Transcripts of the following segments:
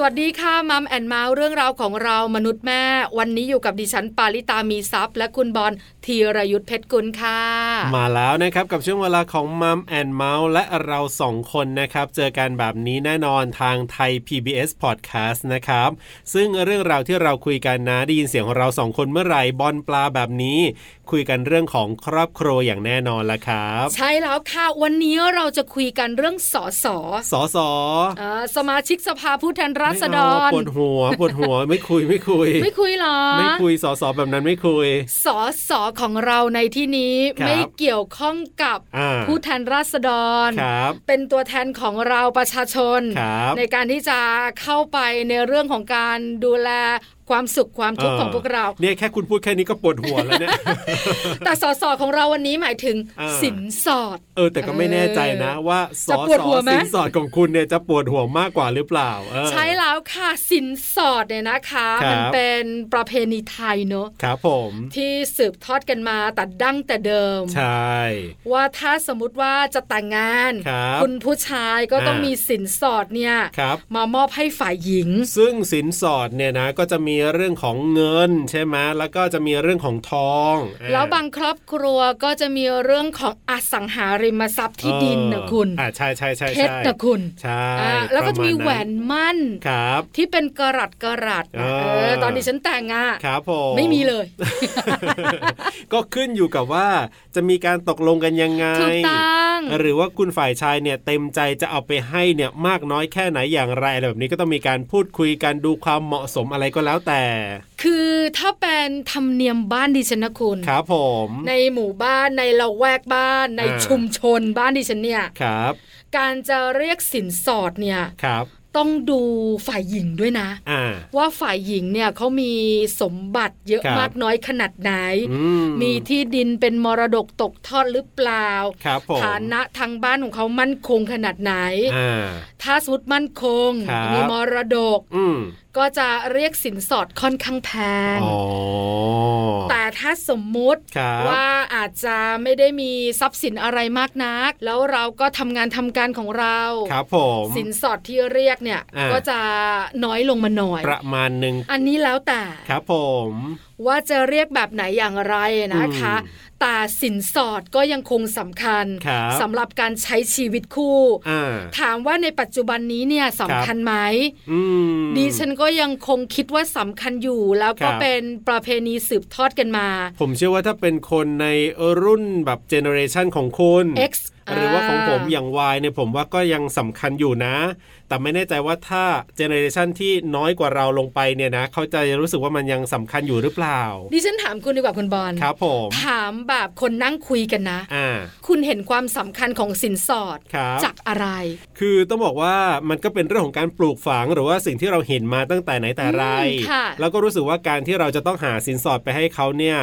สวัสดีค่ะมัมแอนเมาส์เรื่องราวของเรามนุษย์แม่ วันนี้อยู่กับดิฉันปาริตามีซัพย์ และคุณบอลธีรยุทธเพชรกุลค่ะ มาแล้วนะครับกับช่วงเวลาของมัมแอนเมาส์และเราสองคนนะครับ เจอกันแบบนี้แน่นอนทางไทย PBS Podcast นะครับ ซึ่งเรื่องราวที่เราคุยกันนะ ได้ยินเสียงของเราสองคนเมื่อไหร่บอลปลาแบบนี้ คุยกันเรื่องของครอบครัวอย่างแน่นอนละครับ ใช่แล้วค่ะ วันนี้เราจะคุยกันเรื่องสอสอ สอสอ เอ่อสมาชิกสภาผู้แทนราษฎร ไม่เอาปวดหัวปวดหัวไม่คุยไม่คุย ไม่คุยเหรอ ไม่คุยสอสอแบบนั้นไม่คุย สอสอของเราในที่นี้ ครับ ไม่เกี่ยวข้องกับ อ่า ผู้แทนราษฎร ครับ เป็นตัวแทนของเราประชาชน ครับ ในการที่จะเข้าไปในเรื่องของการดูแลความสุขความทุกข์ของพวกเรา เนี่ยแค่คุณพูดแค่นี้ก็ปวดหัวแล้วเนี่ย แต่สอสอของเราวันนี้หมายถึง อ่า สินสอด เออแต่ก็ไม่แน่ใจนะว่าส จะ อ ปวด ส หั อ วไหม สินสอดของคุณเนี่ยจะปวดหัวมากกว่าหรือเปล่าเออ ใช่แล้วค่ะสินสอดเนี่ยนะคะ ครับ มันเป็นประเพณีไทยเนอะ ครับผม ที่สืบทอดกันมาแต่ดั้งแต่เดิม ใช่ ว่าถ้าสมมติว่าจะแต่งงาน ครับ ณผู้ชายก็ต้อง อ่ามี มีสินสอดเนี่ย ครับ มามอบให้ฝ่ายหญิง ซึ่งสินสอดเนี่ยนะก็จะมีเรื่องของเงินใช่ไหมแล้วก็จะมีเรื่องของทองอ่ะ แล้วบางครอบครัวก็จะมีเรื่องของอสังหาริมทรัพย์ที่ดินนะคุณ เอออ่าใช่ใช่ใช่ เพชร ใช่ นะคุณ ใช่ อ่าแล้วก็จะมี ปร แหวนมั่น ครับ ที่เป็นกระรัดกระรัด เอ นะ อ เออตอนนี้ฉันแต่งอ่ะ ครับผม ไม่มีเลย ก็ขึ้นอยู่กับว่าจะมีการตกลงกันยังไง ถูกต้อง หรือว่าคุณฝ่ายชายเนี่ยเต็มใจจะเอาไปให้เนี่ยมากน้อยแค่ไหนอย่างไรอะไรแบบนี้ก็ต้องมีการพูดคุยกันดูความเหมาะสมอะไรก็แล้วแต่ คือถ้าเป็นธรรมเนียมบ้านดิฉันนะคุณ ครับผม ในหมู่บ้านในละแวกบ้านใน อ่า ชุมชนบ้านดิฉันเนี่ย ครับ การจะเรียกสินสอดเนี่ย ครับ ต้องดูฝ่ายหญิงด้วยนะ อ่า ว่าฝ่ายหญิงเนี่ยเขามีสมบัติเยอะ ครับ มากน้อยขนาดไหน อื มีที่ดินเป็นมรดกตกทอดหรือเปล่า ครับผม ฐานะทางบ้านของเขามั่นคงขนาดไหน อ่า ถ้าสมมติมั่นคง ครับ มีมรดก อืม ก็จะเรียกสินสอดค่อนข้างแพง อ๋อ แต่ถ้าสมมุติ ครับ ว่าอาจจะไม่ได้มีทรัพย์สินอะไรมากนัก แล้วเราก็ทำงานทำการของเรา ครับผม สินสอดที่เรียกเนี่ย อ่า ก็จะน้อยลงมาหน่อย ประมาณหนึ่ง อันนี้แล้วแต่ ครับผม ว่าจะเรียกแบบไหนอย่างไรนะคะ อืม แต่สินสอดก็ยังคงสำคัญ ครับ สำหรับการใช้ชีวิตคู่ อ่า ถามว่าในปัจจุบันนี้เนี่ยสำคัญไหม อืม ดิฉันก็ยังคงคิดว่าสำคัญอยู่แล้วก็ ครับ เป็นประเพณีสืบทอดกันมา ผมเชื่อว่าถ้าเป็นคนในรุ่นแบบเจเนอเรชันของคุณ X หรือว่าของผม อ่า อย่าง Y เนี่ยผมว่าก็ยังสำคัญอยู่นะ แต่ไม่แน่ใจว่าถ้าเจเนอเรชันที่น้อยกว่าเราลงไปเนี่ยนะ เขาจะรู้สึกว่ามันยังสำคัญอยู่หรือเปล่า ดิฉันถามคุณดีกว่าคุณบอล ครับผม ถามแบบคนนั่งคุยกันนะ อ่า คุณเห็นความสำคัญของสินสอด ครับ จากอะไร คือต้องบอกว่ามันก็เป็นเรื่องของการปลูกฝังหรือว่าสิ่งที่เราเห็นมาตั้งแต่ไหนแต่ไร อืมค่ะ แล้วก็รู้สึกว่าการที่เราจะต้องหาสินสอดไปให้เขาเนี่ย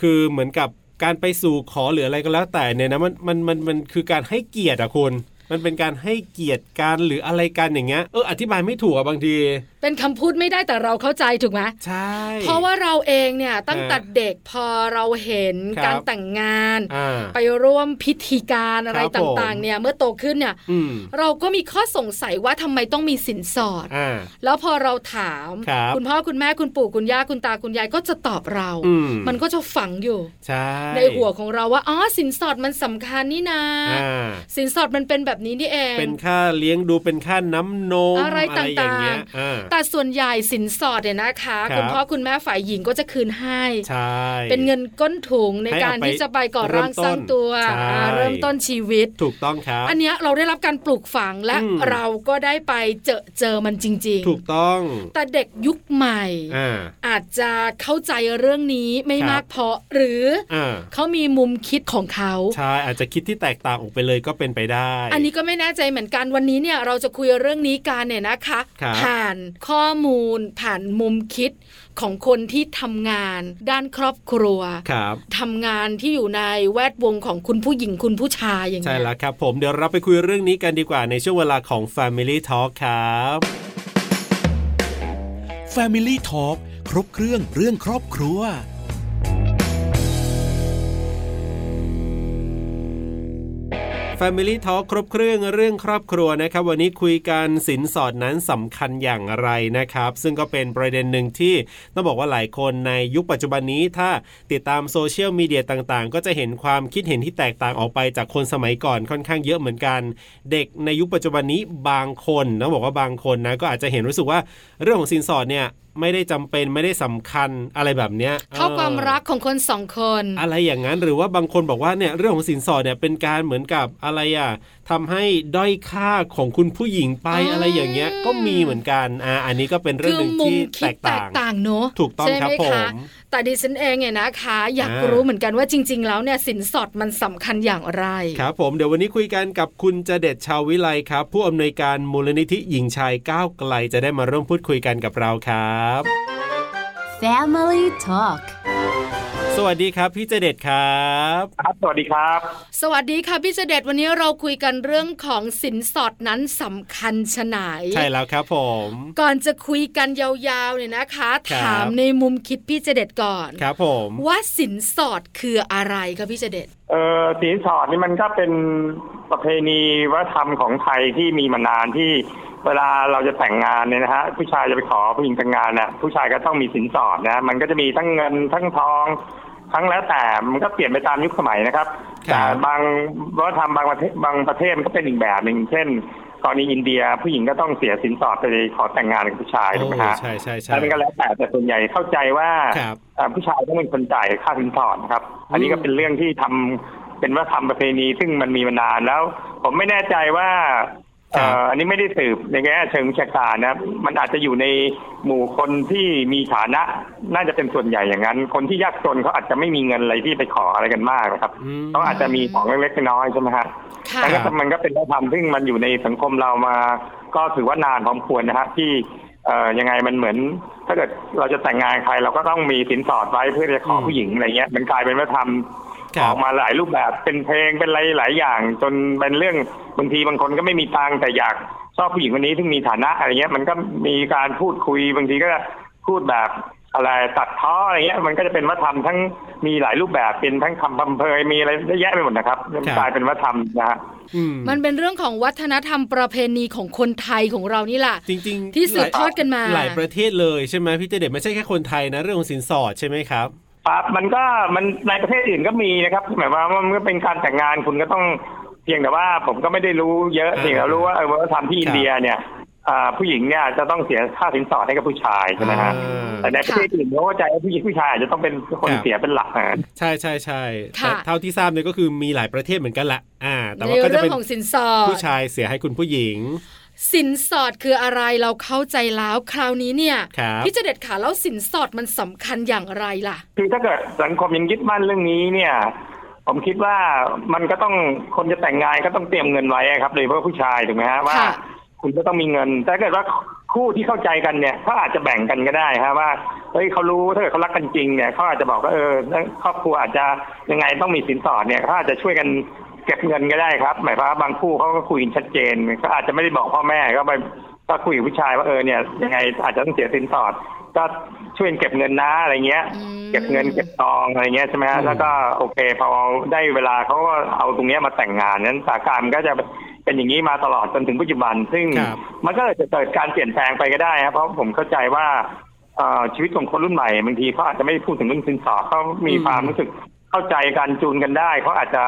คือเหมือนกับการไปสู่ขอหรืออะไรก็แล้วแต่เนี่ยนะมันมันมันมันคือการให้เกียรติอะคุณ มันเป็นการให้เกียรติกันหรืออะไรกันอย่างเงี้ยเอออธิบายไม่ถูกอะบางที เป็นคำพูดไม่ได้แต่เราเข้าใจถูกไหม ใช่ เพราะว่าเราเองเนี่ยตั้งแต่ ฮะ เด็กพอเราเห็น ครับ การแต่งงาน อ่า ไปร่วมพิธีการอะไร ครับผม ต่างๆ เนี่ยเมื่อโตขึ้นเนี่ย อืม เราก็มีข้อสงสัยว่าทำไมต้องมีสินสอด อ่า แล้วพอเราถาม ครับ ณพ่อคุณแม่คุณปู่คุณย่าคุณตาคุณยายก็จะตอบเรา อืม มันก็จะฝังอยู่ ใช่ ในหัวของเราว่าอ๋อสินสอดมันสำคัญนี่นะ อ่า สินสอดมันเป็นแบบนี้นี่เอง เป็นค่าเลี้ยงดูเป็นค่าน้ำนม อะไรต่างๆ อย่เงี้ยอ่า แต่ส่วนใหญ่สินสอดเนี่ยนะคะ ครับ ณพ่อคุณแม่ฝ่ายหญิงก็จะคืนให้ ใช่ เป็นเงินก้นถุงใน ให้ การ เอาไป ที่จะไปก่อร่างสเริ่มต้นร้างตัว ใช่ อ่าเริ่มต้นชีวิต ถูกต้องครับ อันเนี้ยเราได้รับการปลูกฝังและ อืม เราก็ได้ไปเจอเจอมันจริง ถูกต้อง ๆ แต่เด็กยุคใหม่ อ่า อาจจะเข้าใจเรื่องนี้ไม่ ครับ มากพอหรือ อ่า เขามีมุมคิดของเขา ใช่อาจจะคิดที่แตกต่างออกไปเลยก็เป็นไปได้ อันนี้ก็ไม่แน่ใจเหมือนกันวันนี้เนี่ยเราจะคุยเรื่องนี้กันเนี่ยนะคะ ครับ ผ่านข้อมูล ผ่านมุมคิดของคนที่ทำงาน ด้านครอบครัว ครับ ทำงานที่อยู่ในแวดวงของคุณผู้หญิงคุณผู้ชายอย่าง ใช่ เงี้ย แล้วครับผมเดี๋ยวเราไปคุยเรื่องนี้กันดีกว่าในช่วงเวลาของ Family Talk ครับ Family Talk ครบเครื่องเรื่องครอบครัว Family Talk ครบเครื่องเรื่องครอบครัวนะครับ วันนี้คุยกันสินสอดนั้นสำคัญอย่างไรนะครับ ซึ่งก็เป็นประเด็นหนึ่งที่ต้องบอกว่าหลายคนในยุคปัจจุบันนี้ถ้าติดตามโซเชียลมีเดียต่างๆ ก็จะเห็นความคิดเห็นที่แตกต่างออกไปจากคนสมัยก่อนค่อนข้างเยอะเหมือนกัน เด็กในยุคปัจจุบันนี้บางคนต้องบอกว่าบางคนนะก็อาจจะเห็นรู้สึกว่าเรื่องของสินสอดเนี่ยไม่ได้จำเป็นไม่ได้สำคัญอะไรแบบเนี้ย เท่าความรักของคนสองคน อะไรอย่างนั้นหรือว่าบางคนบอกว่าเนี่ยเรื่องของสินสอดเนี่ยเป็นการเหมือนกับอะไรอ่ะทำให้ด้อยค่าของคุณผู้หญิงไป อ่า อะไรอย่างเงี้ยก็มีเหมือนกันอ่าอันนี้ก็เป็นเรื่ คือ อง หนึ่ง มุม ที่ คิ แต ด ก แต ต่าก ง ต่างเนอะ ถูกต้อง ใช่ ครับ ไหม ผม คะแต่ดิฉันเองเนี่ยนะคะ อยาก อ่ารู้ รู้เหมือนกันว่าจริง ๆ แล้วเนี่ยสินสอดมันสำคัญอย่างไร ครับผมเดี๋ยววันนี้คุยกันกับคุณจเด็ดชาววิไลครับ ผู้อำนวยการมูลนิธิหญิงชายก้าวไกลจะได้มาร่วมพูดคุยกันกับเราครับ Family Talk สวัสดีครับพี่จเด็ดครับ ครับ สวัสดีครับ สวัสดีค่ะพี่เสด็จวันนี้เราคุยกันเรื่องของสินสอดนั้นสำคัญชะไหน ใช่แล้วครับผม ก่อนจะคุยกันยาวๆเนี่ยนะคะ ครับ ถามในมุมคิดพี่เจเด็ดก่อน ครับผม ว่าสินสอดคืออะไรคะพี่เจเด็ด เอ่อสีสอดนี่มันก็เป็นประเพณีวัฒนธรรมของไทยที่มีมานานที่เวลาเราจะแต่งงานเนี่ยนะฮะผู้ชายจะไปขอผู้หญิงแต่งงานน่ะผู้ชายก็ต้องมีสินสอดนะมันก็จะมีทั้งเงินทั้งทอง ทั้งแล้วแต่มันก็เปลี่ยนไปตามยุคสมัยนะครับแต่บางวัฒนธรรมบางประเทศบางประเทศมันก็เป็นอีกแบบหนึ่งเช่นกรณีอินเดียผู้หญิงก็ต้องเสียสินสอดไปขอแต่งงานกับผู้ชาย โอ้ ถูกไหมฮะ ใช่ใช่ใช่ แต่มันก็แล้วแต่แต่ส่วนใหญ่เข้าใจว่า ครับ อ่าผู้ชายต้องเป็นคนจ่ายค่าสินสอดนะครับ อันนี้ก็เป็นเรื่องที่ทำเป็นวัฒนธรรมประเพณีซึ่งมันมีมานานแล้ว ผมไม่แน่ใจว่า ครับ เอ่ออันนี้ไม่ได้สืบในแง่เชิงวิชาการนะครับมันอาจจะอยู่ในหมู่คนที่มีฐานะ น่าจะเป็นส่วนใหญ่อย่างนั้น คนที่ยากจนเขาอาจจะไม่มีเงินอะไรที่ไปขออะไรกันมากนะครับ อืม เขาอาจจะมีของเล็กๆน้อยๆใช่ไหมฮะ ค่ะ มัคนก็ รับ มันก็เป็นวัฒนธรรมซึ่งมันอยู่ในสังคมเรามา ก็ถือว่านานพอสมควรนะฮะที่เอ่อยังไงมันเหมือน ถ้าเกิดเราจะแต่งงานใครเราก็ต้องมีสินสอดไว้เพื่อจะขอ อืม ผู้หญิงอะไรเงี้ยมันกลายเป็นวัฒนธรรม ครับ ออกมาหลายรูปแบบเป็นเพลงเป็นอะไรหลายอย่าง จนเป็นเรื่องบางทีบางคนก็ไม่มีตังค์แต่อยากชอบผู้หญิงคนนี้ซึ่งมีฐานะอะไรเงี้ยมันก็มีการพูดคุยบางทีก็พูดแบบอะไรตัดท้ออะไรเงี้ยมันก็จะเป็นวัฒนธรรมทั้งมีหลายรูปแบบเป็นทั้งคำพำเพยมีอะไรเยอะแยะไปหมดนะครับมันกลายเป็นวัฒนธรรมนะฮะ อื มันเป็นเรื่องของวัฒนธรรมประเพณีของคนไทยของเรานี่แหละ จริงๆ ที่สืบทอดกันมา หลายประเทศเลยใช่ไหมพี่เจเด็ดไม่ใช่แค่คนไทยนะเรื่องของสินสอดใช่ไหมครับ ครับมันก็มันในประเทศอื่นก็มีนะครับหมายความว่ามันก็เป็นการแต่งงานคุณก็ต้องเพียงแต่ว่าผมก็ไม่ได้รู้เยอะ อ่า เพียงแต่รู้ว่าเออวัฒนธรรมที่อินเดียเนี่ยอ่าผู้หญิงเนี่ยจะต้องเสียค่าสินสอดให้กับผู้ชายใช่ไหมฮะ อ่า แต่ในประเทศอื่นเขาเข้าใจว่าผู้หญิงผู้ชายอาจจะต้องเป็นคน ครับ เสียเป็นหลักนะ ใช่ใช่ใช่ ค่ะ แต่เท่าที่ทราบเนี่ยก็คือมีหลายประเทศเหมือนกันแหละอ่า แต่ ใน ว่าก็จะ เรื่อ เป็น งของสินสอด ผู้ชายเสียให้คุณผู้หญิง สินสอดคืออะไรเราเข้าใจแล้วคราวนี้เนี่ย ครับ พี่เจเด็ดขาแล้วสินสอดมันสำคัญอย่างไรล่ะ คือถ้าเกิดสังคมยังยึดมั่นเรื่องนี้เนี่ย ผมคิดว่ามันก็ต้องคนจะแต่งงานก็ต้องเตรียมเงินไว้ครับโดยเฉพาะผู้ชายถูกไหมฮะว่า ค่ะ คุณก็ต้องมีเงินแต่ถ้าเกิดว่าคู่ที่เข้าใจกันเนี่ยเขาอาจจะแบ่งกันก็ได้ฮะว่าเฮ้ยเขารู้ถ้าเกิดเขารักกันจริงเนี่ยเขาอาจจะบอกว่าเออครอบครัวอาจจะยังไงต้องมีสินสอดเนี่ยเขาอาจจะช่วยกันเก็บเงินก็ได้ครับ หมายความว่าบางคู่เขาก็คุยกันชัดเจนเขาอาจจะไม่ได้บอกพ่อแม่ก็ไปก็คุยกับผู้ชายว่าเออเนี่ยยังไงอาจจะต้องเสียสินสอด ก็ช่วยเก็บเงินนะอะไรเงี้ย อืม เก็บเงินเก็บทองอะไรเงี้ยใช่ไหมฮะแล้วก็โอเคพอได้เวลาเขาก็เอาตรงเนี้ยมาแต่งงานนั้นสถานการณ์มันก็จะเป็นอย่างนี้มาตลอดจนถึงปัจจุบัน ซึ่ง ครับ มันก็อาจจะเกิดการเปลี่ยนแปลงไปก็ได้ครับเพราะผมเข้าใจว่าเอ่อชีวิตของคนรุ่นใหม่บางทีเขาอาจจะไม่ได้พูดถึงเรื่องสินสอดเขามีความรู้สึกเข้าใจการจูนกันได้เขาอาจจะ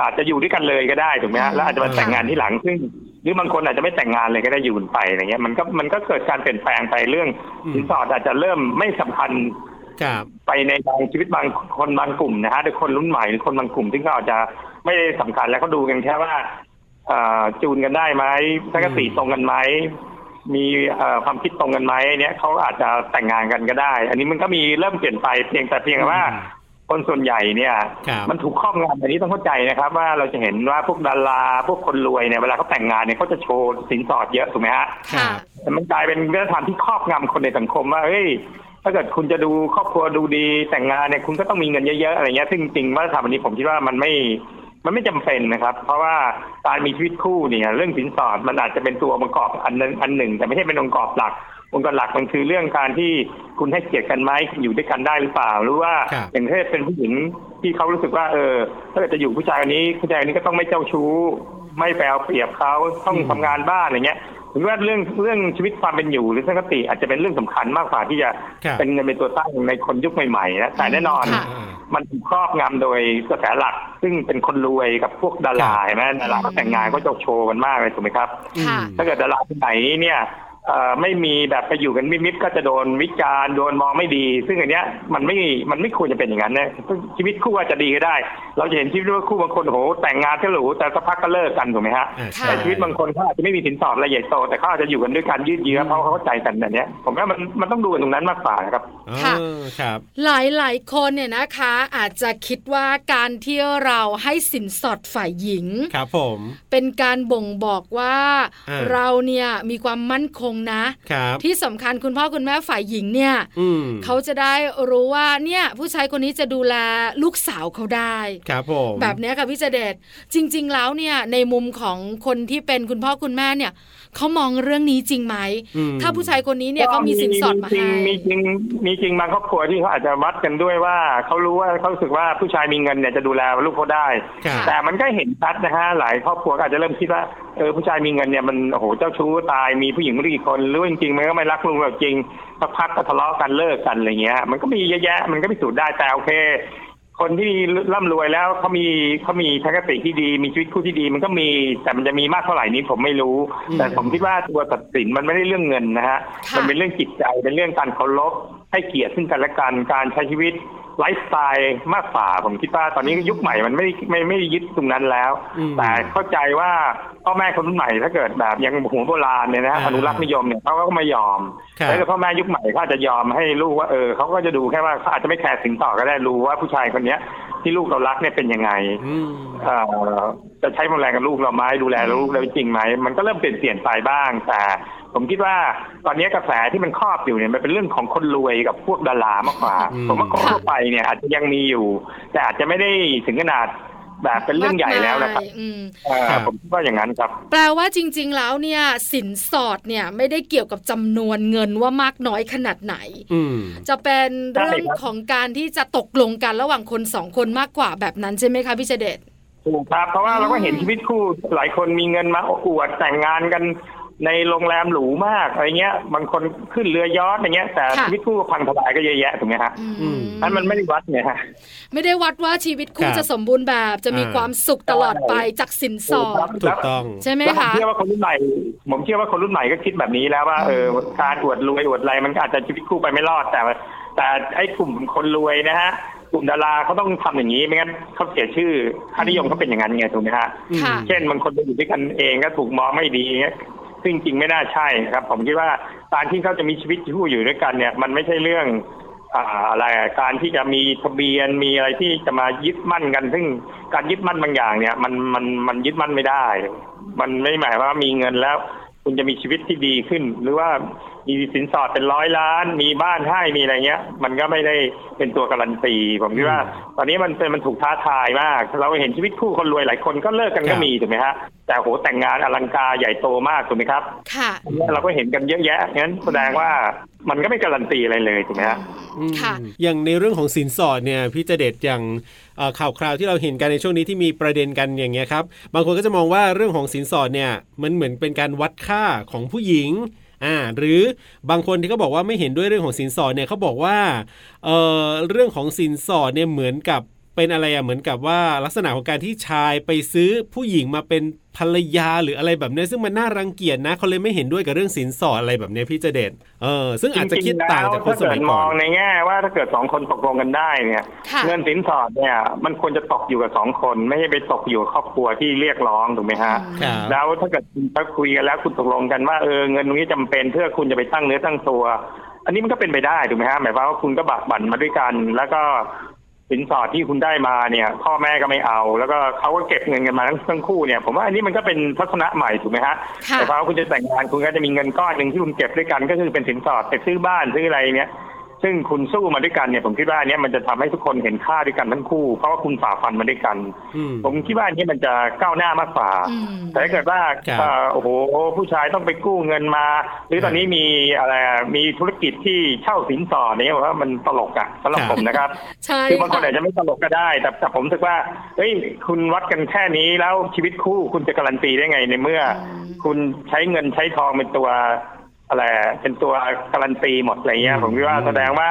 อาจจะอยู่ด้วยกันเลยก็ได้ถูกไหมฮะแล้วอาจจะมาแต่งงานที่หลังซึ่ง หรือบางคนอาจจะไม่แต่งงานเลยก็ได้อยู่กันไปอะไรเงี้ยมันก็มันก็เกิดการเปลี่ยนแปลงไปเรื่อง อืม สินสอดอาจจะเริ่มไม่สำคัญ ครับ ไปในบางชีวิตบางคนบางกลุ่มนะฮะโดยคนรุ่นใหม่หรือคนบางกลุ่มที่เขาอาจจะไม่ได้สำคัญแล้วก็ดูกันแค่ว่าเอ่อจูนกันได้ไหมทัศนคติตรงกันไหมมีเอ่อความคิดตรงกันไหมเนี่ยเขาอาจจะแต่งงานกันก็ได้ อันนี้มันก็มีเริ่มเปลี่ยนไปเพียงแต่เพียงว่า คนส่วนใหญ่เนี่ย ครับ มันถูกครอบงำอันนี้ต้องเข้าใจนะครับ ว่าเราจะเห็นว่าพวกดาราพวกคนรวยเนี่ยเวลาเขาแต่งงานเนี่ยเขาจะโชว์สินสอดเยอะถูกไหมฮะ ครับ มันกลายเป็นวัฒนธรรมที่ครอบงำคนในสังคมว่าเฮ้ยถ้าเกิดคุณจะดูครอบครัวดูดีแต่งงานเนี่ยคุณก็ต้องมีเงินเยอะๆอะไรเงี้ยซึ่งจริงๆวัฒนธรรมอันนี้ผมคิดว่ามันไม่มันไม่จำเป็นนะครับ เพราะว่าการมีชีวิตคู่เนี่ย เรื่องสินสอดมันอาจจะเป็นตัวประกอบอันหนึงอันหนึ่ง แต่ไม่ใช่เป็นองค์ประกอบหลัก องค์กรหลักมันคือเรื่องการที่คุณให้เกียรติกันไหมอยู่ด้วยกันได้หรือเปล่า หรือว่า ครับ อย่างเช่นเป็นผู้หญิงที่เขารู้สึกว่าเออถ้าเกิดจะอยู่ผู้ชายคนนี้ผู้ชายคนนี้ก็ต้องไม่เจ้าชู้ ไม่แปลเปรียบเขาต้องทำงานบ้านอะไรเงี้ยผมว่าเรื่องเรื่องชีวิตความเป็นอยู่หรือสังคติอาจจะเป็นเรื่องสำคัญมากกว่าที่จะ ครับ เป็นเป็นตัวตั้งในคนยุคใหม่ๆนะแต่แน่นอน ค่ะ มันถูกครอบงำโดยกระแสหลัก ซึ่งเป็นคนรวยกับพวกดาราเห็นไหมดาราก็แต่งงานก็จะโชว์กันมากเลยถูกไหมครับ ค่ะ ถ้าเกิดดาราคนไหนเนี่ยเอ่อไม่มีแบบไปอยู่กันมิบๆก็จะโดนวิจารณ์โดนมองไม่ดี ซึ่งอันเนี้ยมันไม่มันไม่ควรจะเป็นอย่างนั้นนะชีวิตคู่อาจจะดีก็ได้ เราจะเห็นชีวิตคู่บางคนโอ้โหแต่งงานก็หรูแต่สักพักก็เลิกกันถูกไหมฮะ อ่าใ ค่ะ แต่ชีวิตบางคนเขาอาจจะไม่มีสินสอดละเอียดโตแต่เขาอาจจะอยู่กันด้วยการยืดเยื้อเพราะเขาเข้าใจกันแบบเนี้ยผมว่ามันมันต้องดูกันตรงนั้นมากกว่านะครับ ค่ะ เออครับ หลายหลายคนเนี่ยนะคะ อาจจะคิดว่าการที่เราให้สินสอดฝ่ายหญิง ครับผม เป็นการบ่งบอกว่า อ่า เราเนี่ยมีความมั่นคงนะ ครับ ที่สำคัญคุณพ่อคุณแม่ฝ่ายหญิงเนี่ย อืม เขาจะได้รู้ว่าเนี่ยผู้ชายคนนี้จะดูแลลูกสาวเขาได้ ครับผม แบบเนี้ยค่ะพี่เจเดชจริง ๆ แล้วเนี่ยในมุมของคนที่เป็นคุณพ่อคุณแม่เนี่ยเขามองเรื่องนี้จริงไหม อืม ถ้าผู้ชายคนนี้เนี่ยเขามีสินสอดมา จริง ให้ มีจริงมีจริงบางครอบครัวที่เขาอาจจะวัดกันด้วยว่าเขารู้ว่าเขารู้สึกว่าผู้ชายมีเงินเนี่ยจะดูแลลูกเขาได้ ครับ แต่มันก็เห็นชัดนะฮะหลายครอบครัวก็อาจจะเริ่มคิดว่าเออผู้ชายมีเงินเนี่ยมันโอ้โหเจ้าชู้ตายมีผู้หญิงไม่รู้กี่คนหรือว่าจริงๆมันก็ไม่รักลูกเราจริงสักพักก็ทะเลาะกันเลิกกันอะไรเงี้ย มันก็มีเยอะแยะมันก็พิสูจน์ได้แต่โอเค คนที่ร่ำรวยแล้วเขามีเขามีทัศนคติที่ดีมีชีวิตคู่ที่ดีมันก็มีแต่มันจะมีมากเท่าไหร่นี้ผมไม่รู้ อืม แต่ผมคิดว่าตัวตัดสินมันไม่ได้เรื่องเงินนะฮะ ค่ะ มัเป็นเรื่องจิตใจเป็นเรื่องการเคารพให้เกียรติซึ่งกันและกันการใช้ชีวิตไลฟ์สไตล์มากกว่าผมคิดว่าตอนนี้ยุคใหม่มันไม่ไม่ไม่ได้ยึดตรงนั้นแล้ว อืม แต่เข้าใจว่าพ่อแม่คนรุ่นใหม่ถ้าเกิดแบบยังหัวโบราณเนี่ยนะฮะ อ่า อนุรักษ์นิยมเนี่ยเขาก็ไม่ยอม ครับ แล้วก็พ่อแม่ยุคใหม่ก็อาจจะยอมให้ลูกว่าเออเขาก็จะดูแค่ว่าเขาอาจจะไม่แคร์สินต่อก็ได้รู้ว่าผู้ชายคนเนี้ยที่ลูกเรารักเนี่ยเป็นยังไง อืม เอ่อจะใช้ความแรงกับลูกเราไหมดูแลลูกเราจริงไหมมันก็เริ่มเปลี่ยนเปลี่ยนไปบ้าง แต่ผมคิดว่าตอนนี้กระแสที่มันครอบอยู่เนี่ยมันเป็นเรื่องของคนรวยกับพวกดารามากกว่า อืม ผมว่าคนทั่วไปเนี่ยอาจจะยังมีอยู่ แต่อาจจะไม่ได้ถึงขนาดแบบเป็นเรื่องใหญ่แล้วนะครับ มากมายอืม เอ่อผมคิดว่าอย่างนั้นครับ แปลว่าจริง ๆ แล้วเนี่ยสินสอดเนี่ยไม่ได้เกี่ยวกับจำนวนเงินว่ามากน้อยขนาดไหน อืม จะเป็นเรื่อ ใช่ ง ครับ ของการที่จะตกลงกันระหว่างคนสองคนมากกว่าแบบนั้นใช่ไหมคะพี่เจเดช ถูกครับเพราะว่าเราก็เห็นชีวิตคู่หลายคนมีเงินมาอวดแต่งงานกันในโรงแรมหรูมากอะไรเงี้ยบางคนขึ้นเรือยอชต์อะไรเงี้ย แต่ ค่ะ ชีวิตคู่ก็พังทลายก็เยอะแยะถูกไหมฮะ อืม นั้นมันไม่ได้วัดไงฮะ ไม่ได้วัดว่าชีวิต ค คู่ รับ จะสมบูรณ์แบบจะมี อ่า ความสุขตลอดไปจากสินสอด ถูกต้อง ใช่ไหม แล้วผม คะ เชื่อว่าคนรุ่นใหม่ผมเชื่อว่าคนรุ่นใหม่ก็คิดแบบนี้แล้วว่าเออการอวดรวยอวดอะไรมันก็อาจจะชีวิตคู่ไปไม่รอดแต่ว่าแต่ไอ้กลุ่มคนรวยนะฮะกลุ่มดาราเขาต้องทำอย่างนี้ไม่งั้นเขาเสียชื่อค่านิยมเขาเป็นอย่างนั้นไงถูกไหมฮะ ค่ะ เช่นบางคนไปอยู่ด้วยกันเองก็ถูกมองไม่ดีเงี้ยซึ่งจริงไม่น่าใช่ครับ ผมคิดว่าการที่เขาจะมีชีวิตคู่อยู่ด้วยกันเนี่ย มันไม่ใช่เรื่องอ่าอะไรอะการที่จะมีทะเบียนมีอะไรที่จะมายึดมั่นกัน ซึ่งการยึดมั่นบางอย่างเนี่ย มันมันมันยึดมั่นไม่ได้ มันไม่หมายว่ามีเงินแล้ว คุณจะมีชีวิตที่ดีขึ้น หรือว่ามีสินสอดเป็นร้อยล้าน มีบ้านให้มีอะไรเงี้ย มันก็ไม่ได้เป็นตัวการันตีผมคิดว่า ตอนนี้มันเป็นมันถูกท้าทายมาก เราเห็นชีวิตคู่คนรวยหลายคนก็เลิกกัน ครับก็มีถูกไหมฮะแต่โหแต่งงานอลังการใหญ่โตมากถูกไหมครับ ค่ะ เราก็เห็นกันเยอะแยะงั้นแสดงว่ามันก็ไม่การันตีอะไรเลยถูกไหมฮะ อืม ค่ะ อย่างในเรื่องของสินสอดเนี่ยพี่เจเด็ดอย่างเอ่อข่าวคราวที่เราเห็นกันในช่วงนี้ที่มีประเด็นกันอย่างเงี้ยครับบางคนก็จะมองว่าเรื่องของสินสอดเนี่ยมันเหมือนเป็นการวัดค่าของผู้หญิงอ่าหรือบางคนที่เขาบอกว่าไม่เห็นด้วยเรื่องของสินสอดเนี่ยเขาบอกว่าเอ่อเรื่องของสินสอดเนี่ยเหมือนกับเป็นอะไรอะเหมือนกับว่าลักษณะของการที่ชายไปซื้อผู้หญิงมาเป็นภรรยาหรืออะไรแบบเนี้ยซึ่งมันน่ารังเกียจนะเขาเลยไม่เห็นด้วยกับเรื่องสินสอดอะไรแบบเนี้ยพี่เจเดดเออซึ่งอาจจะคิดต่างจากคนสมัย จริงๆแล้วถ้าเกิดม ก่อ อง น ในแง่ว่าถ้าเกิดสองคนตกลงกันได้เนี่ย ค่ะ เงินสินสอดเนี่ย มันควรจะตกอยู่กับสองคน ไม่ใช่ไปตกอยู่กับครอบครัวที่เรียกร้องถูกไหมฮะ ครับ แล้วถ้าเกิดถ้าคุยกันแล้วคุณตกลงกันว่าเออเงินตรงนี้จำเป็นเพื่อคุณจะไปตั้งเนื้อตั้งตัว อันนี้มันก็เป็นไปได้ถูกไหมฮะหมายความว่าคุณก็บักบั่นมาด้วยกัน แล้วก็สินสอดที่คุณได้มาเนี่ย พ่อแม่ก็ไม่เอา แล้วก็เขาก็เก็บเงินกันมาทั้งทั้งคู่เนี่ยผมว่าอันนี้มันก็เป็นทัศนะใหม่ถูกไหมฮะ ค่ะ แต่พอคุณจะแต่งงานคุณก็จะมีเงินก้อนหนึ่งที่คุณเก็บด้วยกัน ก็คือเป็นสินสอดไปซื้อบ้านซื้ออะไรเนี่ย ซึ่งคุณสู้มาด้วยกันเนี่ยผมคิดว่าอันเนี้ยมันจะทำให้ทุกคนเห็นค่าด้วยกันทั้งคู่ เพราะว่าคุณฝ่าฟันมาด้วยกัน อืม ผมคิดว่าอันนี้มันจะก้าวหน้ามากกว่า อืม แต่ถ้าเกิดว่า ครับ เอ่อโอ้โหผู้ชายต้องไปกู้เงินมา หรือตอนนี้มีอะไรอ่ะมีธุรกิจที่เช่าสินสอดเนี่ยผมว่ามันตลกอ่ะสำหรับ ครับ ผมนะครับ ใช่ คือบางคน ค่ะ อาจจะไม่ตลกก็ได้ แต่แต่ผมรู้สึกว่าเฮ้ยคุณวัดกันแค่นี้แล้วชีวิตคู่คุณจะการันตีได้ไงในเมื่ออ ม คุณใช้เงินใช้ทองเป็นตัวอะไรเป็นตัวการันตีหมดอะไรเงี้ยผมคิดว่าแสดงว่า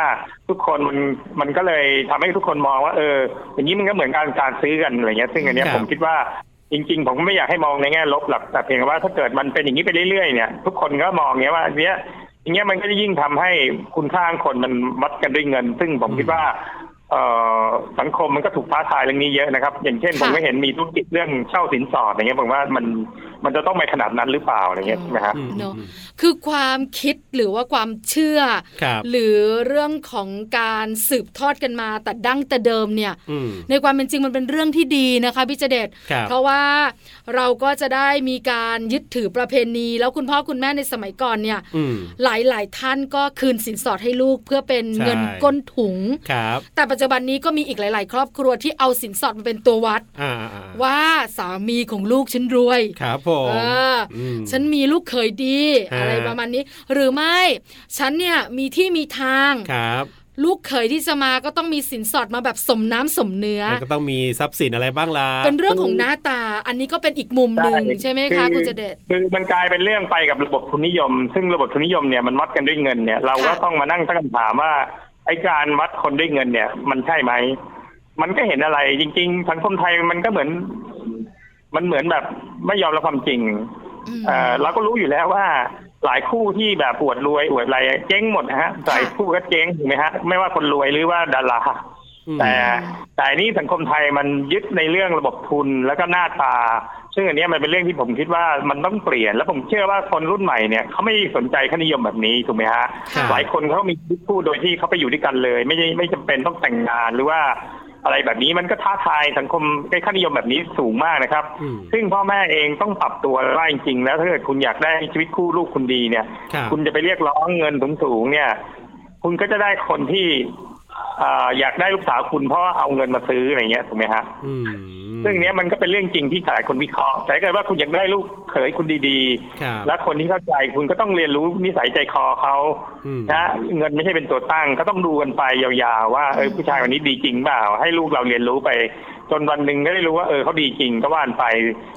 ทุกคนมันมันก็เลยทำให้ทุกคนมองว่าเอออย่างนี้มันก็เหมือนการการซื้อกันอะไรเงี้ย ซึ่งอันเนี้คยรับ ผมคิดว่าจริง ๆ ผมไม่อยากให้มองในแง่ลบหรอกแต่เพียงแต่ว่าถ้าเกิดมันเป็นอย่างนี้ไปเรื่อยๆเนี่ยทุกคนก็มองเงี้ยว่าเนี้ยอย่างเงี้ยมันก็จะยิ่งทำให้คุณค่าของคนมันวัดกันด้วยเงิน ซึ่งผมคิดว่า เอ่อสังคมมันก็ถูกท้าทายเรื่องนี้เยอะนะครับ อย่างเช่น ค่ะ ผมก็เห็นมีธุรกิจเรื่องเช่าสินสอดอย่างเงี้ยผมว่ามันมันจะต้องไปขนาดนั้นหรือเปล่าอะไรเงี้ยใช่ไหมฮะ อืม เนอะ อืม คือความคิดหรือว่าความเชื่อ ครับ หรือเรื่องของการสืบทอดกันมาแต่ดั้งแต่เดิมเนี่ย อืม ในความเป็นจริงมันเป็นเรื่องที่ดีนะคะพี่เจเดช ครับ เพราะว่าเราก็จะได้มีการยึดถือประเพณี แล้วคุณพ่อคุณแม่ในสมัยก่อนเนี่ย อืม หลายๆท่านก็คืนสินสอดให้ลูกเพื่อเป็น ใช่ เงินก้นถุง ครับ แต่ปัจจุบันนี้ก็มีอีกหลาย ๆ ครอบครัวที่เอาสินสอดมาเป็นตัววัด อ่าอ่าอ่า ว่าสามีของลูกฉันรวย ครับผม เอออ ม ฉันมีลูกเขยดี ฮะ อะไรประมาณนี้ หรือไม่ ฉันเนี่ยมีที่มีทาง ครับ ลูกเขยที่จะมาก็ต้องมีสินสอดมาแบบสมน้ำสมเนื้อ มันก็ต้องมีทรัพย์สินอะไรบ้างล่ะ เป็นเรื่องของหน้าตา อันนี้ก็เป็นอีกมุมหนึ่ง ใช่ ใช่ไหม คื คะ อ คุณเจเดช คือมันกลายเป็นเรื่องไปกับระบบทุนนิยม ซึ่งระบบทุนนิยมเนี่ยมันวัดกันด้วยเงินเนี่ยเราก็ ค่ะ ต้องมานั่งตั้งคำถามว่าไอการวัดคนด้วยเงินเนี่ย มันใช่ไหมมันก็เห็นอะไร จริง ๆ สังคมไทยมันก็เหมือน มันเหมือนแบบไม่ยอมรับความจริง อืม เอ่อเราก็รู้อยู่แล้วว่าหลายคู่ที่แบบอวดรวยอวดอะไรเจ๊งหมดนะฮะหลายคู่ก็เจ๊งถูกไหมฮะไม่ว่าคนรวยหรือว่าดารา อืม แต่แต่อันนี่สังคมไทยมันยึดในเรื่องระบบทุนแล้วก็หน้าตา ซึ่งอันเนี้ยมันเป็นเรื่องที่ผมคิดว่ามันต้องเปลี่ยน แล้วผมเชื่อว่าคนรุ่นใหม่เนี่ยเขาไม่สนใจค่านิยมแบบนี้ถูกไหมฮะ ค่ะ หลายคนเขามีชีวิตคู่โดยที่เขาไปอยู่ด้วยกันเลย ไม่ได้ไม่จำเป็นต้องแต่งงานหรือว่าอะไรแบบนี้มันก็ท้าทายสังคมไอ้ค่านิยมแบบนี้สูงมากนะครับ อืม ซึ่งพ่อแม่เองต้องปรับตัวว่าจริงๆแล้วถ้าเกิดคุณอยากได้ชีวิตคู่ลูกคุณดีเนี่ย ครับ คุณจะไปเรียกร้องเงินสูงๆเนี่ย คุณก็จะได้คนที่เอ่ออยากได้ลูกสาวคุณเพราะว่าเอาเงินมาซื้ออะไรเงี้ยถูกไหมฮะ อืม ซึ่งเนี้ยมันก็เป็นเรื่องจริงที่หลายคนวิเคราะห์แต่ถ้าเกิดว่าคุณอยากได้ลูกเขยคุณดี ครับ ๆ และคนที่เข้าใจคุณก็ต้องเรียนรู้นิสัยใจคอเขา อืม นะเงินไม่ใช่เป็นตัวตั้งก็ต้องดูกันไปยาวๆว่าเออผู้ชายคนนี้ดีจริงเปล่าให้ลูกเราเรียนรู้ไป จนวันหนึ่งก็ได้รู้ว่าเออเขาดีจริงก็ว่านไป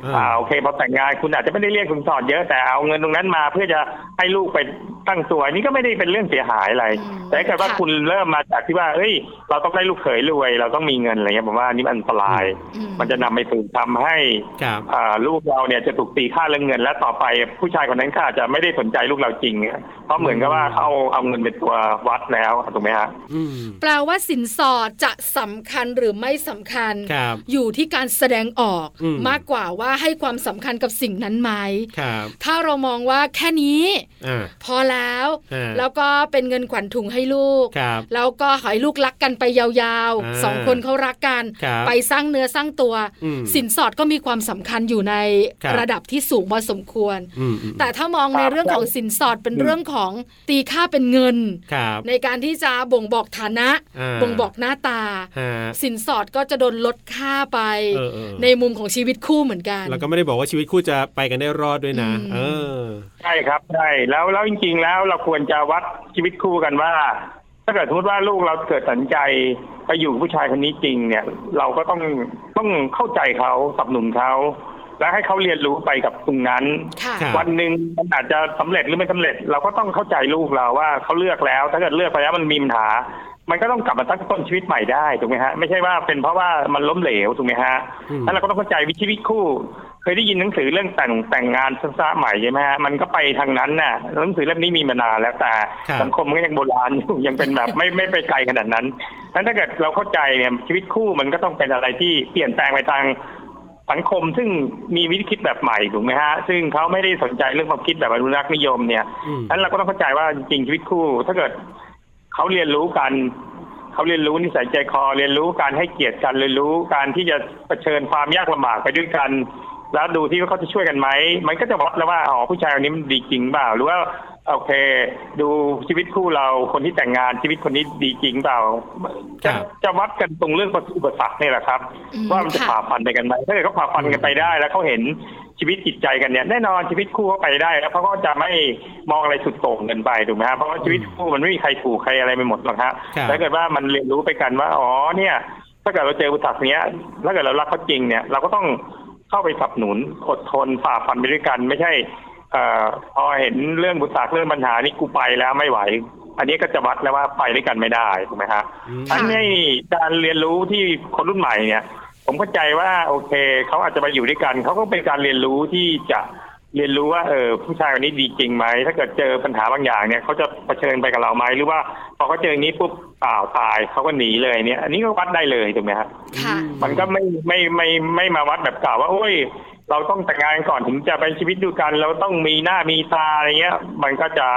อ่า อ่าโอเคพอแต่งงานคุณอาจจะไม่ได้เรียกสินสอดเยอะแต่เอาเงินตรงนั้นมาเพื่อจะให้ลูกไปตั้งตัวนี่ก็ไม่ได้เป็นเรื่องเสียหายอะไร อืม แต่ถ้าเกิดว่า ค่ะ คุณเริ่มมาจากที่ว่าเอ้ย เราต้องได้ลูกเขยรวย เราต้องมีเงินอะไรเงี้ยผมว่าอันนี่มันอันตราย อืม มันจะนำไปสู่ทำให้ ครับ อ่าลูกเราเนี่ยจะถูกตีค่าเรื่องเงิน และต่อไปผู้ชายคนนั้นก็อาจจะไม่ได้สนใจลูกเราจริง เพราะเหมือนกับว่าเขาเอาเอาเงินเป็นตัววัดแล้วถูกไหมฮะ อืม แปลว่าสินสอดจะสำคัญหรือไม่สำคัญ ครับ อยู่ที่การแสดงออก อืม มากกว่าว่าให้ความสำคัญกับสิ่งนั้นไหม ครับ ถ้าเรามองว่าแค่นี้ อ่า พอแล้ว อ่า แล้วก็เป็นเงินขวัญถุงให้ลูก ครับ แล้วก็ขอให้ลูกรักกันไปยาว อ่า ๆสองคนเขารักกัน ครับ ไปสร้างเนื้อสร้างตัว อืม สินสอดก็มีความสำคัญอยู่ใน ครับ ระดับที่สูงพอสมควร อืมอืม แต่ถ้ามองในเรื่องของสินสอดเป็นเรื่องของตีค่าเป็นเงิน ครับ ในการที่จะบ่งบอกฐานะ อ่า บ่งบอกหน้าตา ฮะ สินสอดก็จะโดนลดค่าไป เออเออ ในมุมของชีวิตคู่เหมือนกัน แล้วก็ไม่ได้บอกว่าชีวิตคู่จะไปกันได้รอดด้วยนะ อืม เออ ใช่ครับใช่แล้วแล้วจริง ๆ แล้วเราควรจะวัดชีวิตคู่กันว่า ถ้าเกิดสมมติว่าลูกเราเกิดตัดสินใจไปอยู่กับผู้ชายคนนี้จริงเนี่ย เราก็ต้องต้องเข้าใจเขาสนับสนุนเขาและให้เขาเรียนรู้ไปกับตรงนั้น ค่ะ ครับ วันหนึ่งมันอาจจะสำเร็จหรือไม่สำเร็จ เราก็ต้องเข้าใจลูกเราว่าเขาเลือกแล้ว ถ้าเกิดเลือกไปแล้วมันมีปัญหา มันก็ต้องกลับมาตั้งต้นชีวิตใหม่ได้ถูกไหมฮะไม่ใช่ว่าเป็นเพราะว่ามันล้มเหลวถูกไหมฮะ อืม แล้วเราก็ต้องเข้าใจวิชีวิตคู่ เคยได้ยินหนังสือเรื่องแต่งแต่งงานซ้ำๆใหม่ใช่ไหมฮะมันก็ไปทางนั้นน่ะหนังสือเล่มนี้มีมานานแล้วแต่ ครับ สังคมก็ยังโบราณอยู่ ยังเป็นแบบไม่ไม่ไปไกลขนาดนั้นนั้นถ้าเกิดเราเข้าใจเนี่ยชีวิตคู่มันก็ต้องเป็นอะไรที่เปลี่ยนแปลงไปทาง สังคมซึ่งมีวิธีคิดแบบใหม่ถูกไหมฮะ ซึ่งเขาไม่ได้สนใจเรื่องความคิดแบบอนุรักษ์นิยมเนี่ย อืม นั้นเราก็ต้องเข้าใจว่าจริงๆชีวิตคู่ ถ้าเกิดเขาเรียนรู้กันเขาเรียนรู้นิสัยใจคอ เรียนรู้การให้เกียรติกันเรียนรู้การที่จะเผชิญความยากลำบากไปด้วยกัน แล้วดูที่ว่าเขาจะช่วยกันไหมมันก็จะวัดแล้วว่าอ๋อผู้ชายคนนี้มันดีจริงเปล่า หรือว่า โอเค ดูชีวิตคู่เราคนที่แต่งงานชีวิตคนนี้ดีจริงเปล่า ครั จะ บ จะวัดกันตรงเรื่องอุปสรรคเนี่ยแหละครับ อืม ว่ามันจะ ค่ะ ผ่าฟันไปกันไหมถ้าเกิดเขาผ่าฟันกันไปได้ แล้วเขาเห็นชีวิตจิตใจกันเนี่ยแน่นอนชีวิตคู่เขาไปได้ แล้วเขาก็จะไม่มองอะไรสุดโต่งเกินไปถูกไหมฮะเพราะว่าชีวิตคู่มันไม่มีใครถูกใครอะไรไปหมดหรอกฮะ ครับ ถ้าเกิดว่ามันเรียนรู้ไปกันว่าอ๋อเนี่ย ถ้าเกิดเราเจออุปสรรคเนี้ยถ้าเกิดเรารักเขาจริงเนี่ยเราก็ต้องเข้าไปสนับสนุนอดทนฝ่าฟันไปด้วยกัน ไม่ใช่เอ่อพอเห็นเรื่องอุปสรรคเรื่องปัญหานี่กูไปแล้วไม่ไหว อันนี้ก็จะวัดแล้วว่าไปด้วยกันไม่ได้ถูกไหมฮะ อืม ค่ะ อันนี้การเรียนรู้ที่คนรุ่นใหม่เนี่ย ผมเข้าใจว่าโอเคเขาอาจจะมาอยู่ด้วยกันเขาก็เป็นการเรียนรู้ที่จะเรียนรู้ว่าเออผู้ชายคนนี้ดีจริงไหมถ้าเกิดเจอปัญหาบางอย่างเนี่ยเขาจะเผชิญไปกับเราไหมหรือว่าพอเขาเจออย่างนี้ปุ๊บอ้าวตายเขาก็หนีเลยเนี่ย อันนี้ก็วัดได้เลยถูกไหมครับ ค่ะ มันก็ไม่ไม่ไม่ไม่มาวัดแบบกล่าวว่าโอ้ย เราต้องแต่งงานก่อนถึงจะไปชีวิตด้วยกัน เราต้องมีหน้ามีตาอะไรเงี้ย มันก็จะ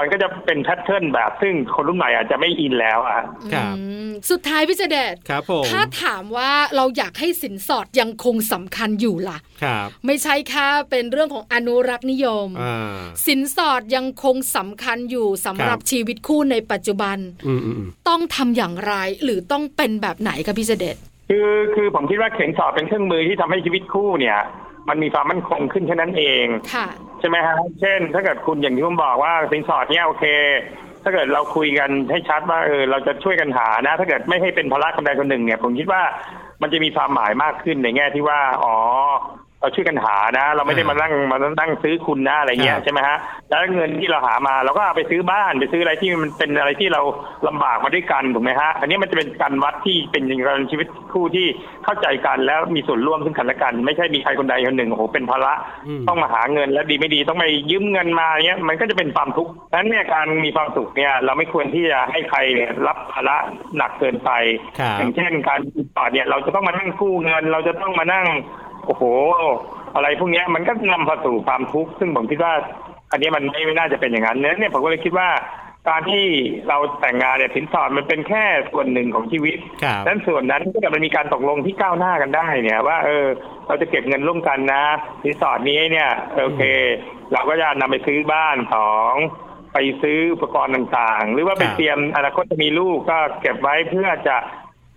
มันก็จะเป็นแพทเทิร์นแบบ ซึ่งคนรุ่นใหม่อาจจะไม่อินแล้วอ่ะ ครับ อืมสุดท้ายพี่เจเดช ครับผม ถ้าถามว่าเราอยากให้สินสอดยังคงสำคัญอยู่ล่ะ ครับ ไม่ใช่แค่เป็นเรื่องของอนุรักษ์นิยม อ่า สินสอดยังคงสำคัญอยู่สำหรับ ครับ ชีวิตคู่ในปัจจุบัน อืมอืมอืม ต้องทำอย่างไรหรือต้องเป็นแบบไหนคะพี่เจเดช คือคือผมคิดว่าเข็มสอบเป็นเครื่องมือที่ทำให้ชีวิตคู่เนี่ย มันมีความมั่นคงขึ้นแค่นั้นเอง ค่ะ ใช่ไหมฮะเช่น ถ้าเกิดคุณอย่างที่ผมบอกว่าสินสอดเนี่ยโอเค ถ้าเกิดเราคุยกันให้ชัดว่าเออเราจะช่วยกันหานะ ถ้าเกิดไม่ให้เป็นภาระคนใดคนหนึ่งเนี่ย ผมคิดว่ามันจะมีความหมายมากขึ้นในแง่ที่ว่าอ๋อเราช่วยกันหานะ เราไม่ได้มานั่งมานั่งซื้อคุณนะอะไรเงี้ ค ย รับ ใช่ไหมฮะแล้วเงินที่เราหามาเราก็เอาไปซื้อบ้านไปซื้ออะไรที่มันเป็นอะไรที่เราลำบากมาด้วยกันถูกไหมฮะอันนี้มันจะเป็นการวัดที่เป็นการชีวิตคู่ที่เข้าใจกันแล้วมีส่วนร่วมซึ่งกันและกัน ไม่ใช่มีใครคนใดคนหนึ่งโอ้โหเป็นภาระ อืม ต้องมาหาเงินแล้วดีไม่ดีต้องไปยืมเงินมาเนี้ยมันก็จะเป็นความทุกข์ดังนั้นเนี่ยการมีความสุขเนี่ยเราไม่ควรที่จะให้ใครเนี่ยรับภาระหนักเกินไป ครับ อย่างเช่นการติดต่อเนี่ยเราจะต้องมานั่งกู้เงิน เราจะต้องมานั่งโอ้โห อะไรพวกเนี้ยมันก็นำมาสู่ความทุกข์ซึ่งผมคิดว่า อันนี้มันไม่ไม่น่าจะเป็นอย่างนั้นดังนั้นเนี่ยผมก็เลยคิดว่า การที่เราแต่งงานเนี่ยสินสอดมันเป็นแค่ส่วนหนึ่งของชีวิต ครับ นั้นส่วนนั้นถ้าเกิดมันมีการตกลงที่ก้าวหน้ากันได้เนี่ย ว่าเออเราจะเก็บเงินร่วมกันนะรีสอร์ทนี้เนี่ยโอเค เราก็จะนำไปซื้อบ้านของไปซื้ออุปกรณ์ต่างๆ หรือว่าไป ครับ เตรียมอนาคตจะมีลูกก็เก็บไว้เพื่อจะ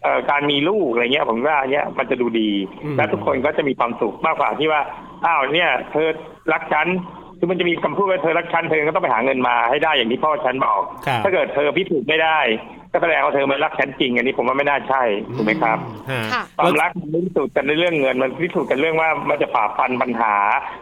เอ่อการมีลูกอะไรเงี้ยผมว่าอันเนี้ยมันจะดูดี อืม และทุกคนก็จะมีความสุขมากกว่าที่ว่าอ้าวเนี่ย เธอรักฉันคือมันจะมีคำพูดว่าเธอรักฉันเธอก็ต้องไปหาเงินมาให้ได้อย่างที่พ่อฉันบอก ครับ ถ้าเกิดเธอพิสูจน์ไม่ได้ ก็แสดงว่าเธอไม่รักฉันจริง อันนี้ผมว่าไม่น่าใช่ถูกไหมครับ ฮะ ค่ะ ความรักมันไม่พิสูจน์กันในเรื่องเงิน มันพิสูจน์กันเรื่องว่ามันจะฝ่าฟันปัญหา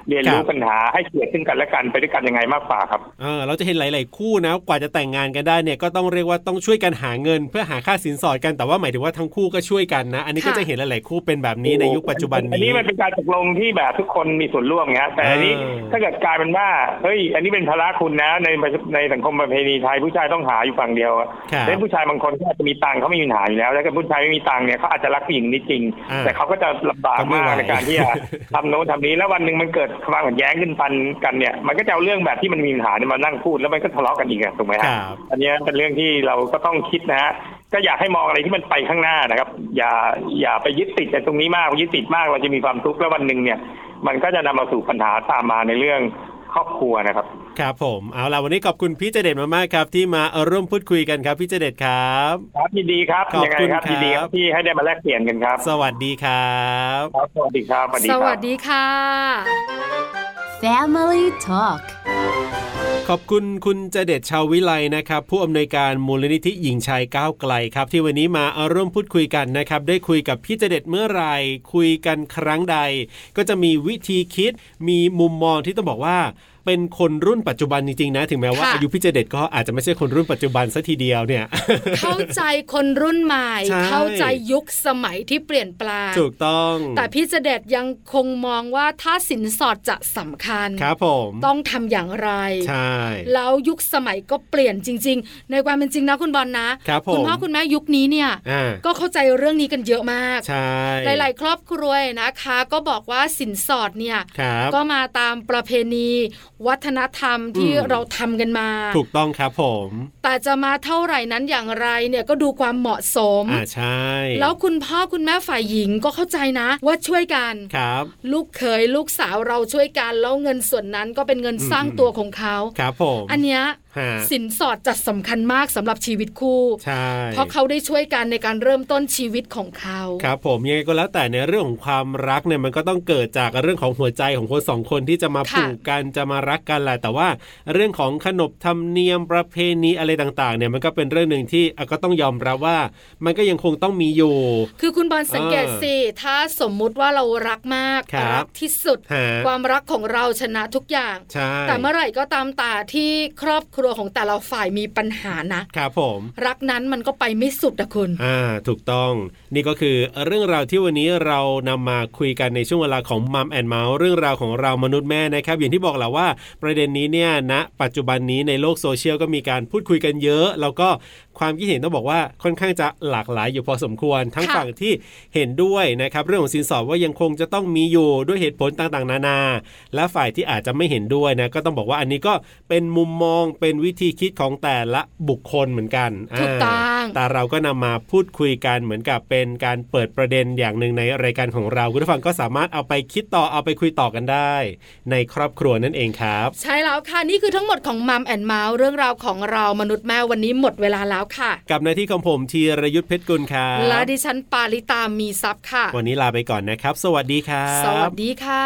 เรียนรู้ ครับ ปัญหาให้เกียรติซึ่งกันและกันไปด้วยกันยังไงมากกว่าครับ เออเราจะเห็นหลาย ๆ คู่นะ กว่าจะแต่งงานกันได้เนี่ยก็ต้องเรียกว่าต้องช่วยกันหาเงิน เพื่อหาค่าสินสอดกันแต่ว่าหมายถึงว่าทั้งคู่ก็ช่วยกันนะ อันนี้ก็ ค่ะ จะเห็นหลาย ๆ คู่เป็นแบบนี้ในยุคปัจจุบัน อันนี้ นี้ มันเป็นการตกลงที่แบบทุกคนมีส่วนร่วมไงฮะแต่อันนี้ เออ ถ้าเกิดกลายเป็นว่าเฮ้ย อันนี้เป็นภาระคุณนะในในสังคมประเพณีไทยผู้ชายต้องหาอยู่ฝั่งเดียวอะ ครับ แล้วผู้ชายบางคนก็อาจจะมีตังค์เขาไม่มีปัญหาอยู่แล้วแล้วก็ผู้ชายไม่มีตังค์เนี่ยเขาอาจจะรักผู้หญิงนี่จริง อ่า แต่เขาก็จะลำบาก ก็ไม่ มา ไหว กในการ ที่จะทำโน้นทำนี้แล้ววันหนึ่งมันเกิดความขัดแย้งขึ้นปันกันเนี่ยมันก็จะเอาเรื่องแบบที่มันมีปัญหาเนี่ยมานั่งพูดแล้วมันก็ทะเลาะกันอีกอะถูกไหม ค ฮะ รับ อันเนี้ยเป็นเรื่องที่เราก็ต้องคิดนะฮะก็อยากให้มองอะไรที่มันไปข้างหน้านะครับ อย่าอย่าไปยึดติดในตรงนี้มากยึดติดมากเราจะมีความทุกข์แล้ววันหนึ่งเนี่ย มันก็จะนำมาสู่ปัญหาตามมาในเรื่องครอบครัวนะครับ ครับผมเอาล่ะวันนี้ขอบคุณพี่เจเด็ดมากๆครับ ที่มาร่วมพูดคุยกันครับพี่เจเด็ดครับ ครับยินดีครับ ขอบ ยัไง คุณ ครับ ครับ ยินดีครับที่ให้ได้มาแลกเปลี่ยนกันครับ สวัสดีครับ ครับสวัสดีครับ สวัสดีค่ะ Family Talk ขอบคุณคุณเจเด็ดชาววิไลนะครับ ผู้อำนวยการมูลนิธิหญิงชายก้าวไกลครับ ที่วันนี้มาร่วมพูดคุยกันนะครับ ได้คุยกับพี่เจเด็ดเมื่อไหรคุยกันครั้งใด ก็จะมีวิธีคิดมีมุมมองที่ต้องบอกว่า เป็นคนรุ่นปัจจุบันจริงๆนะ ถึงแม้ว่า ค่ะ อายุพี่เจเด็ดก็อาจจะไม่ใช่คนรุ่นปัจจุบันซะทีเดียวเนี่ย เข้าใจคนรุ่นใหม่ ใช่ เข้าใจยุคสมัยที่เปลี่ยนแปลง ถูกต้อง แต่พี่เจเดชยังคงมองว่าถ้าสินสอดจะสำคัญ ครับผม ต้องทำอย่างไร ใช่ แล้วยุคสมัยก็เปลี่ยนจริง ๆ ในความเป็นจริงนะคุณบอลนะครับ ผม ณพ่อคุณแม่ยุคนี้เนี่ย อ่า ก็เข้าใจเรื่องนี้กันเยอะมาก ใช่ หลาย ๆ ครอบครัวนะคะ ก็บอกว่าสินสอดเนี่ย ครับ ก็มาตามประเพณี วัฒนธรรมที่ อืม เราทำกันมา ถูกต้องครับผม แต่จะมาเท่าไหร่นั้นอย่างไรเนี่ยก็ดูความเหมาะสม อ่าใช่ แล้วคุณพ่อคุณแม่ฝ่ายหญิงก็เข้าใจนะ ว่าช่วยกัน ครับ ลูกเขยลูกสาวเราช่วยกันแล้วเงินส่วนนั้นก็เป็นเงิน อืม สร้างตัวของเขา ครับผม อันเนี้ย ฮะ สินสอดจัดสำคัญมากสำหรับชีวิตคู่ ใช่ เพราะเขาได้ช่วยกันในการเริ่มต้นชีวิตของเขา ครับผมยังไงก็แล้วแต่ในเรื่องของความรักเนี่ยมันก็ต้องเกิดจากเรื่องของหัวใจของคนสองคนที่จะมาผูกกันจะมารักกันแหละแต่ว่าเรื่องของขนบธรรมเนียมประเพณีอะไรต่างๆเนี่ยมันก็เป็นเรื่องหนึ่งที่อ่ะก็ต้องยอมรับว่า มันก็ยังคงต้องมีอยู่ คือคุณบอลสังเกต เออ สิถ้าสมมุติว่าเรารักมาก ครับ รัที่สุด ฮะ ความรักของเราชนะทุกอย่าง ใช่ แต่เมื่อไหร่ก็ตามแต่ที่ครอบครัวของแต่ละฝ่ายมีปัญหานะ ครับผม รักนั้นมันก็ไปไม่สุดอะคุณ อ่าถูกต้องนี่ก็คือเรื่องราวที่วันนี้เรานำมาคุยกันในช่วงเวลาของมัมแอนเมาส์เรื่องราวของเรามนุษย์แม่นะครับอย่างที่บอกแหละว่าประเด็นนี้เนี่ยณปัจจุบันนี้ในโลกโซเชียลก็มีการพูดคุยกันเยอะ แล้วก็ความคิดเห็นต้องบอกว่าค่อนข้างจะหลากหลายอยู่พอสมควร ทั้ง ค่ะ ฝั่งที่เห็นด้วยนะครับเรื่องของสินสอดว่ายังคงจะต้องมีอยู่ด้วยเหตุผลต่างๆ นานา และฝ่ายที่อาจจะไม่เห็นด้วยนะก็ต้องบอกว่าอันนี้ก็เป็นมุมมองเป็นวิธีคิดของแต่ละบุคคลเหมือนกัน ถูกต้อง แต่เราก็นำมาพูดคุยกันเหมือนกับเป็นการเปิดประเด็นอย่างหนึ่งในรายการของเราคุณผู้ฟังก็สามารถเอาไปคิดต่อเอาไปคุยต่อกันได้ ในครอบครัวนั่นเองครับ ใช่แล้วค่ะ นี่คือทั้งหมดของมัมแอนเมาส์เรื่องราวของเรามนุษย์แม่วันนี้หมดเวลาแล้วค่ะ กับหน้าที่ของผมธีรยุทธเพชรกุลครับ และดิฉันปาริตามีซับค่ะ วันนี้ลาไปก่อนนะครับ สวัสดีครับ สวัสดีค่ะ